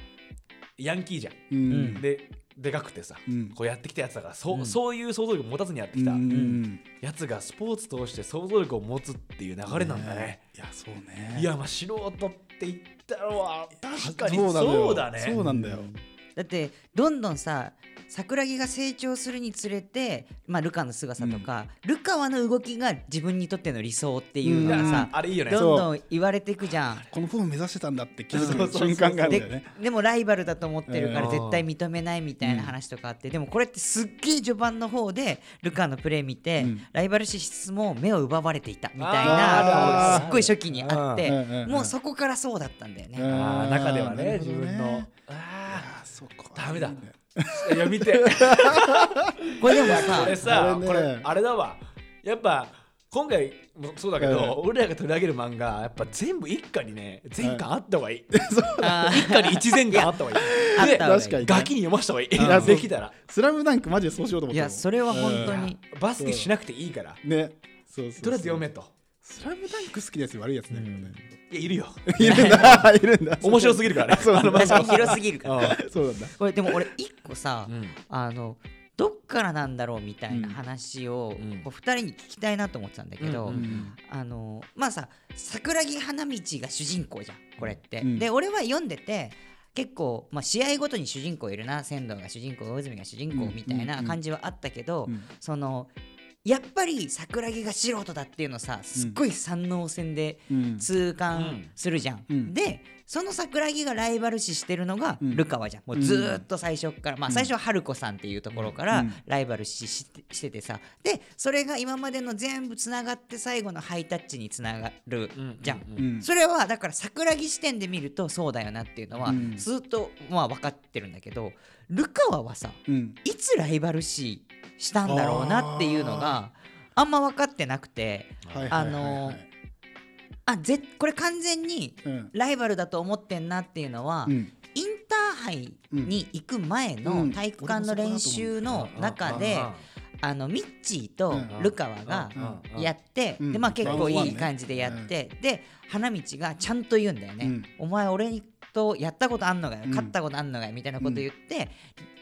ヤンキーじゃん、
ううん
ででかくてさ、
うん
こうやってきたやつだからそう,、
うん
そういう想像力を持たずにやってきた
うん
やつがスポーツ通して想像力を持つっていう流れなんだね、
いやそうね
いやまあ素人って言ったのは確かに
そうなのよ
そうだね
そうなんだよ
だってどんどんさ桜木が成長するにつれて、まあ、ルカの姿とか、ルカワの動きが自分にとっての理想っていうのがさ、
あれいいよね
どんどん言われていくじゃん。
このフォーム目指してたんだって気
そう
づく
そうそう
瞬間があるんだよ
で
ね
でもライバルだと思ってるから
うん
絶対認めないみたいな話とかあって、でもこれってすっげえ序盤の方でルカのプレー見て、
うん
ライバル視質も目を奪われていたみたい
あ
な
ー
すっごい初期にあって、
うんうんうん
もうそこからそうだったんだよね。
うん
あー中では
な
ね
るほ
自
どね
分の
あ
あ
ーそこ
ダメだ
いいね
あいや見て
これでもさ
これさ
あれね
これあれだわやっぱ今回もそうだけど、俺らが取り上げる漫画やっぱ全部一家にね全巻あった方がいい、
<laughs>
あ
一家に一全巻あった方がい
あ
い
った方がい
確
い
かに
で
ね
ガキに読ました方がいい
やそう
できたら
スラムダンクマジでそうしようと思
ー
っ
い
たもん
やそれは本当に、
バスケしなくていいから
うんねそうそうそう
とりあえず読めと
スラムダンク好きなやつ悪いやつね
いやいるよ
<laughs> いるんだいるんだ
<laughs> 面白すぎるからね
<laughs> そうなんだ
確かに広すぎるから。
そうなんだ
これでも俺一個さ、
うん
あのどっからなんだろうみたいな話を、
うん
こう2人に聞きたいなと思ってたんだけど、
うんうん
あのまあさ桜木花道が主人公じゃんこれって。
うん
で俺は読んでて結構、まあ、試合ごとに主人公いるな仙道が主人公大泉が主人公みたいな感じはあったけど、
うん
そのやっぱり桜木が素人だっていうのさすっごい三能戦で
うん
痛感するじゃん、
うん
でその桜木がライバル視してるのが
うん
ルカワじゃん、もうずーっと最初から、まあ最初は春子さんっていうところから
うん
ライバル視してしててさでそれが今までの全部つながって最後のハイタッチにつながるじゃん、
う
うん
それはだから桜木視点で見るとそうだよなっていうのは
うん
ずっとまあ分かってるんだけどルカワはさ
うん
いつライバル視したんだろうなっていうのがあんま分かってなくて
はいはいはいはい
あのあぜこれ完全に
うん
ライバルだと思ってんなっていうのは、
うん
インターハイに行く前
う
の
ん
体育館の練習の中で、あのミッチーとルカワが
うん
やって、
うん
でまあ、結
ワン
構
オン
い
ワン
い
ね
感じでやって、で花道がちゃんと言うんだよね「
うん
お前俺とやったことあんのかよ
うん
勝ったことあんのかよ」みたいなこと言って、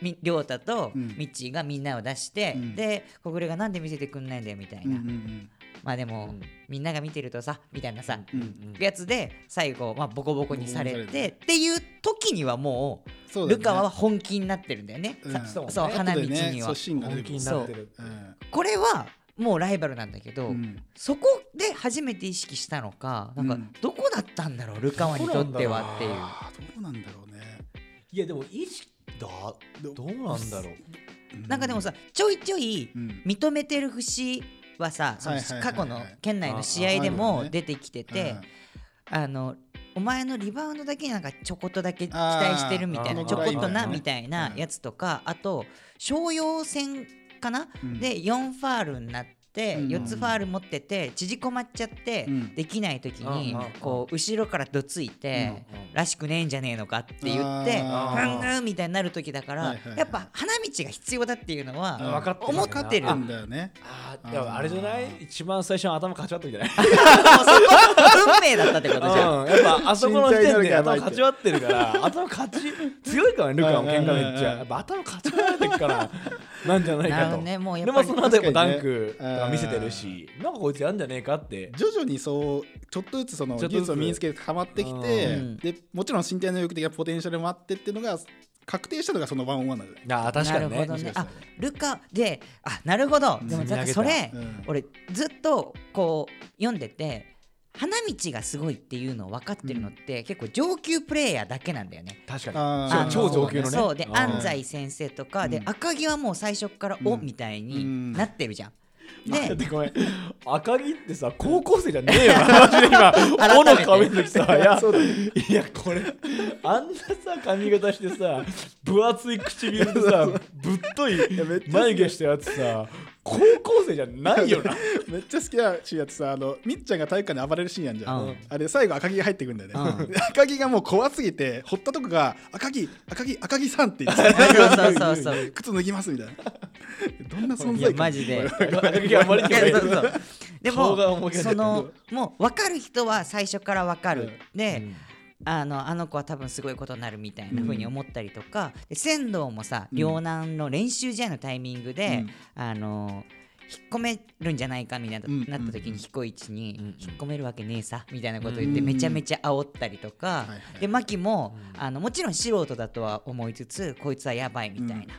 み亮太と
うん
ミッチーがみんなを出して、
うん
で小暮がなんで見せてくんないんだよみたい
うんう
な、
ん
まあでも、
うん
みんなが見てるとさみたいなさ、
うんうん
やつで最後、まあ、ボコボコにされ
ボコボコにさ
てっていう時にはも
そううだね
ルカワは本気になってるんだよね。
うん
さ
そう
ね
そう花道
後でね
には、
そうシーンが出
本
てく
気
る
になってる
うん
これはもうライバルなんだけど、
うん
そこで初めて意識したのかなんか
うん
どこだったんだろうルカワにとってはっていう。
あーどうなんだろうね
いやでも意識だどうなんだろう
なんかでもさちょいちょい
うん
認めてる節はさその
はいはいはいはい
過去の県内の試合で
ああるよ
も
ね
出てきてて。
うん
あのお前のリバウンドだけなんかちょこっとだけ期待してるみたい
あ
な
ー
ちょこっと
あ
な
ー
みたいなやつとかあと商用戦かな、
うん
で4ファールになって
うん
4つファール持ってて縮こまっちゃって
うん
できない時に
うん
こう後ろからどついて
うんうん
らしくねえんじゃねえのかって言って
あ
ー
ふんふんみたいになる時だか
はい
ら
はいはい
やっぱ花道が必要だっていう
<laughs>
の
うん
は
分かってる
思っ
あ
てる
んだよね
あーでもあれじゃない一番最初の頭かち割ったんじゃない
運命だったってことじゃん。
うん、やっ <laughs> ぱあそこの時点
身体能力
で
や
頭
ばいって
勝ち割ってるから頭勝ち強いからねルカも喧嘩めっ
うんうんうんう
ち
ん
ゃやっぱ頭勝ち割られてるから <laughs> なんじゃない
なる
か
ほ
と
どねもうや
で
っ
も
ぱり
その後やっぱダ
確かにね
ンクとか見せてるし、なんかこいつやんじゃねえかって
徐々にそうちょっとずつその
ちょっと
技
ずつ
術を身につけてハマってきて、
うん
でもちろん身体能力的なポテンシャルもあってっていうのが確定したのがそのワンオンワンなんだよね。
ああ確かにね
なるほど
もし
ね
かした
あ
らね
ルカであなるほどで
積み上
もなん
げ
か
た
それ、
うん
俺ずっとこう読んでて花道がすごいっていうのを分かってるのって、結構上級プレイヤーだけなんだよね。
確
あ
かに
ー
の
そう超上級のね
そうで
うん
安西先生とか、で赤城はもう最初から「お」みたいになってるじゃん。
だっ
で
てごめん赤城ってさ高校生じゃねえよなマジで今
改
尾
め
の
て
顔見てさいや
<laughs> そうだね
いやこれあんなさ髪型してさ分厚い唇でさぶっとい
めっちゃ好き
眉毛したやつさ
高校生じゃないよな
めっちゃ好きなシーンやってさあのみっちゃんが体育館で暴れるシーンやんじゃん、
うん
あれ最後赤木が入ってくんだよね、
うん
で赤木がもう怖すぎてほったとこが赤木赤木赤木さんって言っ
そうそうそうそう
て <laughs> 靴脱ぎますみたいなどんな存在感
いやマジで
赤木があまりにも
いやそうそうで
顔が思
も
い浮かんで
そのもう分かる人は最初から分かる、で、あのあの子は多分すごいことになるみたいな風に思ったりとか、で仙道もさ
うん
両南の練習試合のタイミングで、あの引っ込めるんじゃないかみたいな、
うん
なった時に彦一
うん
に
うん
「引っ込めるわけねえさ」みたいなこと言って
うん
めちゃめちゃ煽ったりとか、
いはい
で牧も、あのもちろん素人だとは思いつつこいつはやばいみたいな。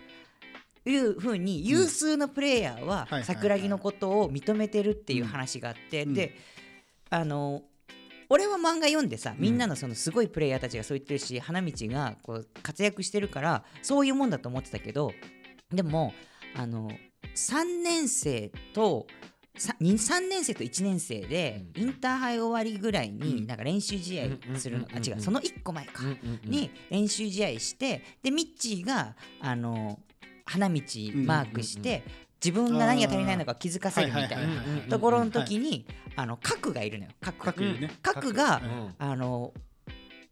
いうふうに有数のプレイヤーは
はいはい
桜木のことを認めてるっていう話があって、
うん
であの俺は漫画読んでさみんなのそのすごいプレイヤーたちがそう言ってるし、花道がこう活躍してるからそういうもんだと思ってたけどでもあの3年生とさに3年生と1年生で
う
インターハイ終わりぐらいうに
ん
なんか練習試合する
うん
のあ
うんうんうん
違うその1個前か
に
に練習試合してでミッチーがあの花道マークして自分が何が足りないのか気づかせるみたい
はいはい
な
はいはい
ところの時にあの角がいるのよ角
各いるね
角が
うん
あの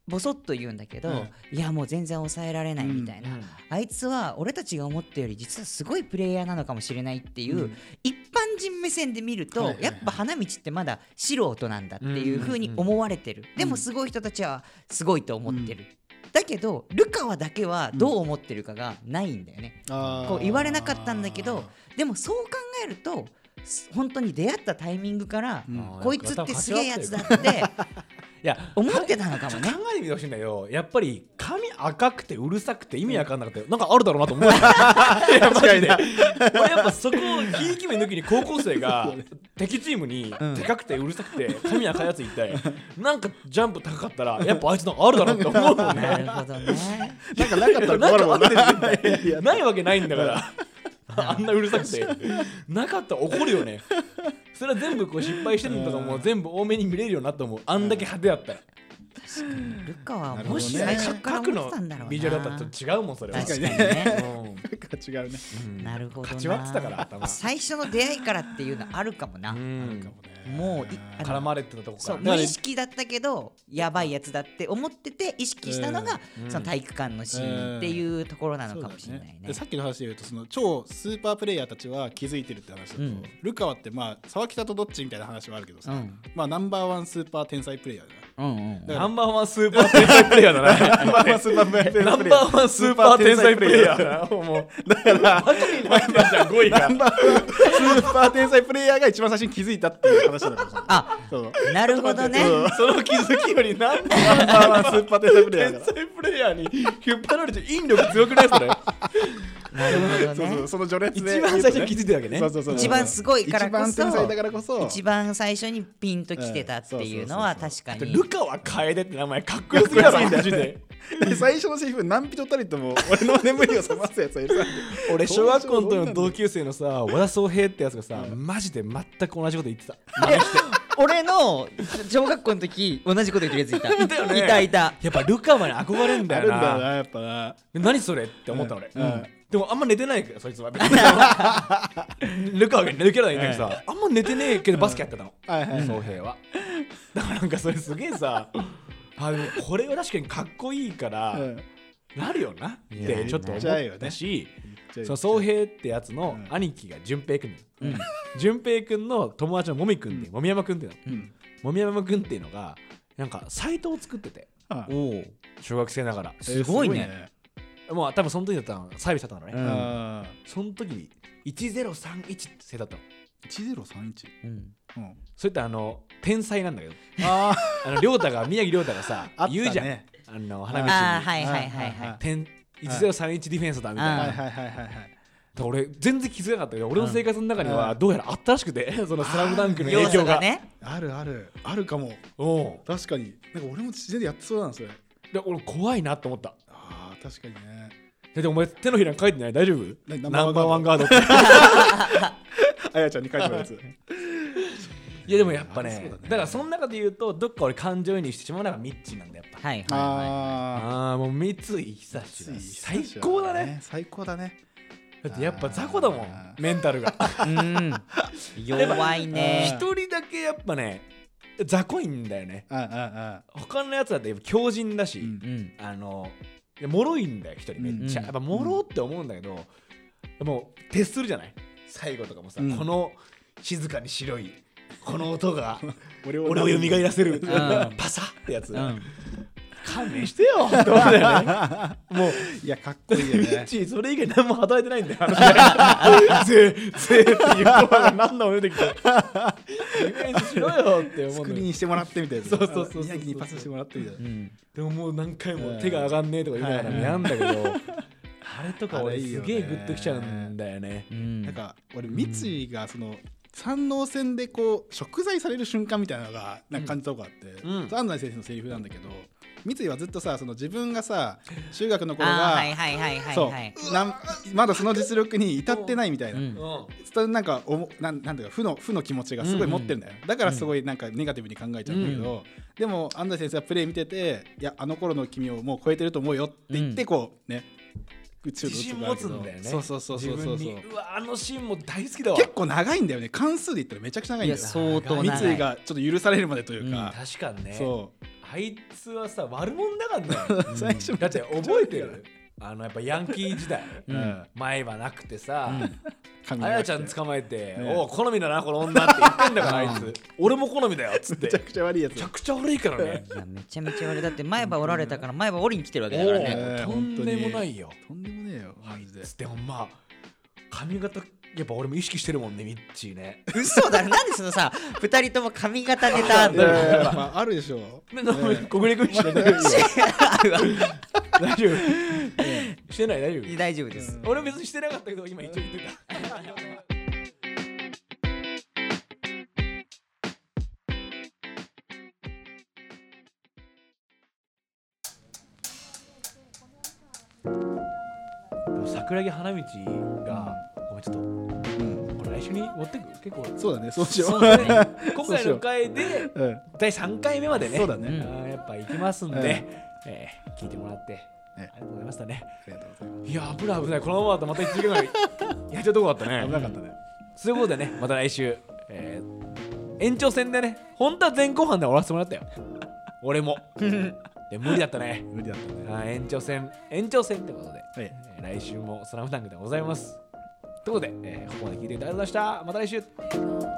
ボソッと言うんだけど、
うん
いやもう全然抑えられないみたいな、あいつは俺たちが思ったより実はすごいプレイヤーなのかもしれないっていう、
うん
一般人目線で見ると、
はいはいはい
やっぱ花道ってまだ素人なんだっていうふうに思われてる、でもすごい人たちはすごいと思ってる、だけどルカワだけはどう思ってるかがないんだよね、
あー
こう言われなかったんだけどでもそう考えるとす本当に出会ったタイミングから、
うん
こいつってすげえやつだって
いや
思ってたのか
ちょ
も
っと
ね
考。えてみてほしいんだよやっぱり髪赤くてうるさくて意味わかんなかったよなんかあるだろうなと
<laughs>
思ういやマジで俺やっぱそこをひいき目抜きに高校生が敵チームにでかくてうるさくて髪赤いやついてなんかジャンプ高かったらやっぱあいつなんかあるだろうって思うもんね
な <laughs> るほどね。
なんかなかったら困るもんないや
ないわけないんだからあんなうるさくてなかったら怒るよねそれは全部こう失敗してるのとかも全部多めに見れるようになと思うあんだけ派手だったら
ルカは
なるほどね
もし最初から
核
思っ
の
てたんだろうな。
ビジュアルだったらちょっと違うもんそれは
確かにね。
うん
違うね
なるほどな。
勝ち割ってたから頭
最初の出会いからっていうのあるかもな。
うん
もういあの
絡まれてたとこか
そう
ら
無意識だったけどやばいやつだって思ってて意識したのが、
うん
その体育館のシーンっていうところなのかもしれないね。
でさっきの話で言うとその超スーパープレイヤーたちは気づいてるって話だと、
うん
ルカワってまあ沢北とどっちみたいな話はあるけどさ、
うん
まあナンバーワンスーパー天才プレイヤー
<laughs>
じゃない
うんうん
だ
ナンバーワンスーパー天才プレイヤーだな
ナンバーワンスーパー天才プレイヤ
<laughs> ナンバーワンスーパー天才プレイヤ
ー
ーだなもう
だから
バカになってたじゃん5位
ナ
が
ンバーワンスーパー天才プレイヤーが一番最初に気づいたっていう話だからさ
あ
そう
<laughs> なるほどね。
その気づきよりナンバー
ナンバーワンスーパー天才プレイヤーだ
天
か
才プレイヤーに引っ張られて引力強くないそれ
なるほど
らそうそう
ね。
その序
<laughs>
列
一
で
番最初に気づいてたわけね
そうそうそう
一番すごいからこそ
一番天才だからこそ
一番最初にピンときてたっていうのは確かに。
ルカは楓って名前かっこよすぎだろマジで
で <laughs> 最初のセリフ何人たりとも俺の眠りを覚ますやつがいるさ
俺小学校の時の同級生のさ和田宗平ってやつがさマジで全く同じこと言ってた <laughs>
俺の小学校の時同じこと言ってるやついた。いた
よね
いたいた。
やっぱルカワに憧れるんだ
あ
よ
るんだ
な
よなやっぱな
で何それって思ったの俺、
うんうん
でもあんま寝てないけどそいつは <laughs> 別にルカワが寝るキャラだけどさ、あんま寝てねえけどバスケやってたの
はいはい
宗平は <laughs> だからなんかそれすげえさあでもこれは確かにかっこいいから、
うん
なるよなっ
いや
てちょっと思っ
言っちゃうよね
たし、
じゃあ
そう宗平ってやつの
うん
兄貴が淳平君淳平君の友達のもみ君でもみやま君っていうの
ん
もみやま君っていうのがなんかサイトを作ってて
あ
おお。
小学生ながら
すごいね。
もう多分その時だったのサービスだったのね、
うん
あ
その時に1031って生だったの
ー1031。
うん。
うん
それってあの天才なんだけど
あ
あの亮太が宮城亮太がさ
あったね
言うじゃんあの花道に
ああはいはいはいはい。
天1031ディフェンスだみたいな、
あ。
うん
は
だ
い
か
はいはいはいはい。
ら俺全然気づかなかったけど俺の生活の中に
うんう
は
ん
どうやらあったらしくて <laughs> その「スラムダンクの影
要素
響が
がね。
あるある。あるかも。
おう
確かに。なんか俺も自然でやってそうだな、それ。
で俺怖いなと思った
ああ、確かにね。
ででお前手のひらに書いてない大丈夫
ナン
ナンバーワンガードって
あやちゃんに書いてもらうやつ。
<laughs> いやでもやっぱ
あそう
ね
だ
だ
ね
からその中で言うとどっか俺感情移入してしまうのがミッチーなんだやっぱ
はいはいは
あ
い。
あ。
ああもう三井久志は最高だね
最高だね。
だってやっぱ雑魚だもんメンタルが
うん <laughs> 弱い
一
ね
人だけやっぱね雑魚いんだよね
ああ
他のやつだって強靭だし、
うん
うん
あのいや脆いんだよ一人めっちゃ、
うん
やっぱ脆って思うんだけど、もう徹するじゃない最後とかもさ、
うん
この静かに白いこの音
<laughs>
が
俺
俺を蘇
い
らせる、
ん
パサってやつ、
うん
勘弁してよって思うんだよねもう
いやかっこいいよ
ミ
<laughs>
ッ
ね
チーそれ以外何も働いてないんだよあのぜぜっていう言葉が何度も出てきてリベンジしろよって思
ス
うん
ク
だ
リ
よ
ーンしてもらってみたいな
そうそうそうそうそう
宮城にパスしてもらってみたいな
うん
でももう何回も手が上がんねえとか言いながらやん <laughs> だけど、あれとか
あれ
俺
いいよ
す
ね
げえグッときちゃうんだよね。
うん
なんか俺三井がその山王戦でこう食材される瞬間みたいなのがなんか感じたことがあって、
うん
安西先生のセリフなんだけど三井はずっとさその自分がさ中学の頃
あー
は
はいはいはいはい
そう
はい
なんまだその実力に至ってないみたいな、
うん
それなんかおもなんなんていうか負の負の気持ちがすごい持ってるんだよ、だからすごいなんかネガティブに考えちゃうんだけど、でも安西先生はプレー見てていやあの頃の君をもう超えてると思うよって言ってこうね、宇宙
自信持つんだよね。
そうそうそうそうそう
自分にうわあのシーンも大好きだわ。
結構長いんだよね関数で言ったらめちゃくちゃ長いん
い
だ
や
よ
相当長い
三井がちょっと許されるまでというか、
確かにね。
そ
あいつはさ悪者だからね。
う <laughs> 最初
だって覚えてる。あのやっぱヤンキー時代。
うん
前歯なくてさ、
髪
あ
長
や
くて
ちゃん捕まえて「
ね
おう好みだなこの女」って言ってんだからあいつ俺も好みだよっつって
めちゃくちゃ悪いやつ
めちゃくちゃ悪いからね
いやめちゃめちゃ俺だって前歯折られたから前歯折りに来てるわけだからね
ね
とんでもないよ
とんでもねえよマジで
でもまあ髪型やっぱ俺も意識してるもんねミッチーね
嘘だろなんでそのさ2人とも髪型ネタあん
い
<laughs> の
やいややっぱあるでしょ
で小暮 <laughs> 君してない大丈夫してない大丈
大丈夫です
夫俺別にしてなかったけど今一応言ってたでも桜木花道がごめんちょっとこれ来週に持ってく結 <laughs> 構
そうだねそうしよ
そう
う
だね今回の回で
<laughs> うんね
第3回目までね
そうだね
あーやっぱ行きますんで、
うん
えー聞いてもらって、ありがとうございましたね
ありがとうございま
いやー危ない危ないこのままだとまた1時間ぐらいやっちゃうとこだったね
す危なかったね
そういうことでねまた来週、えー延長戦でね本当は前後半で終わらせてもらったよ俺
<laughs>
もで無理だったね
無理だったね
あー延長戦延長戦ってことで、
はい
えー来週も「スラムダンクでございますということで、えーここまで聞いていただきありがとうございましたまた来
「
週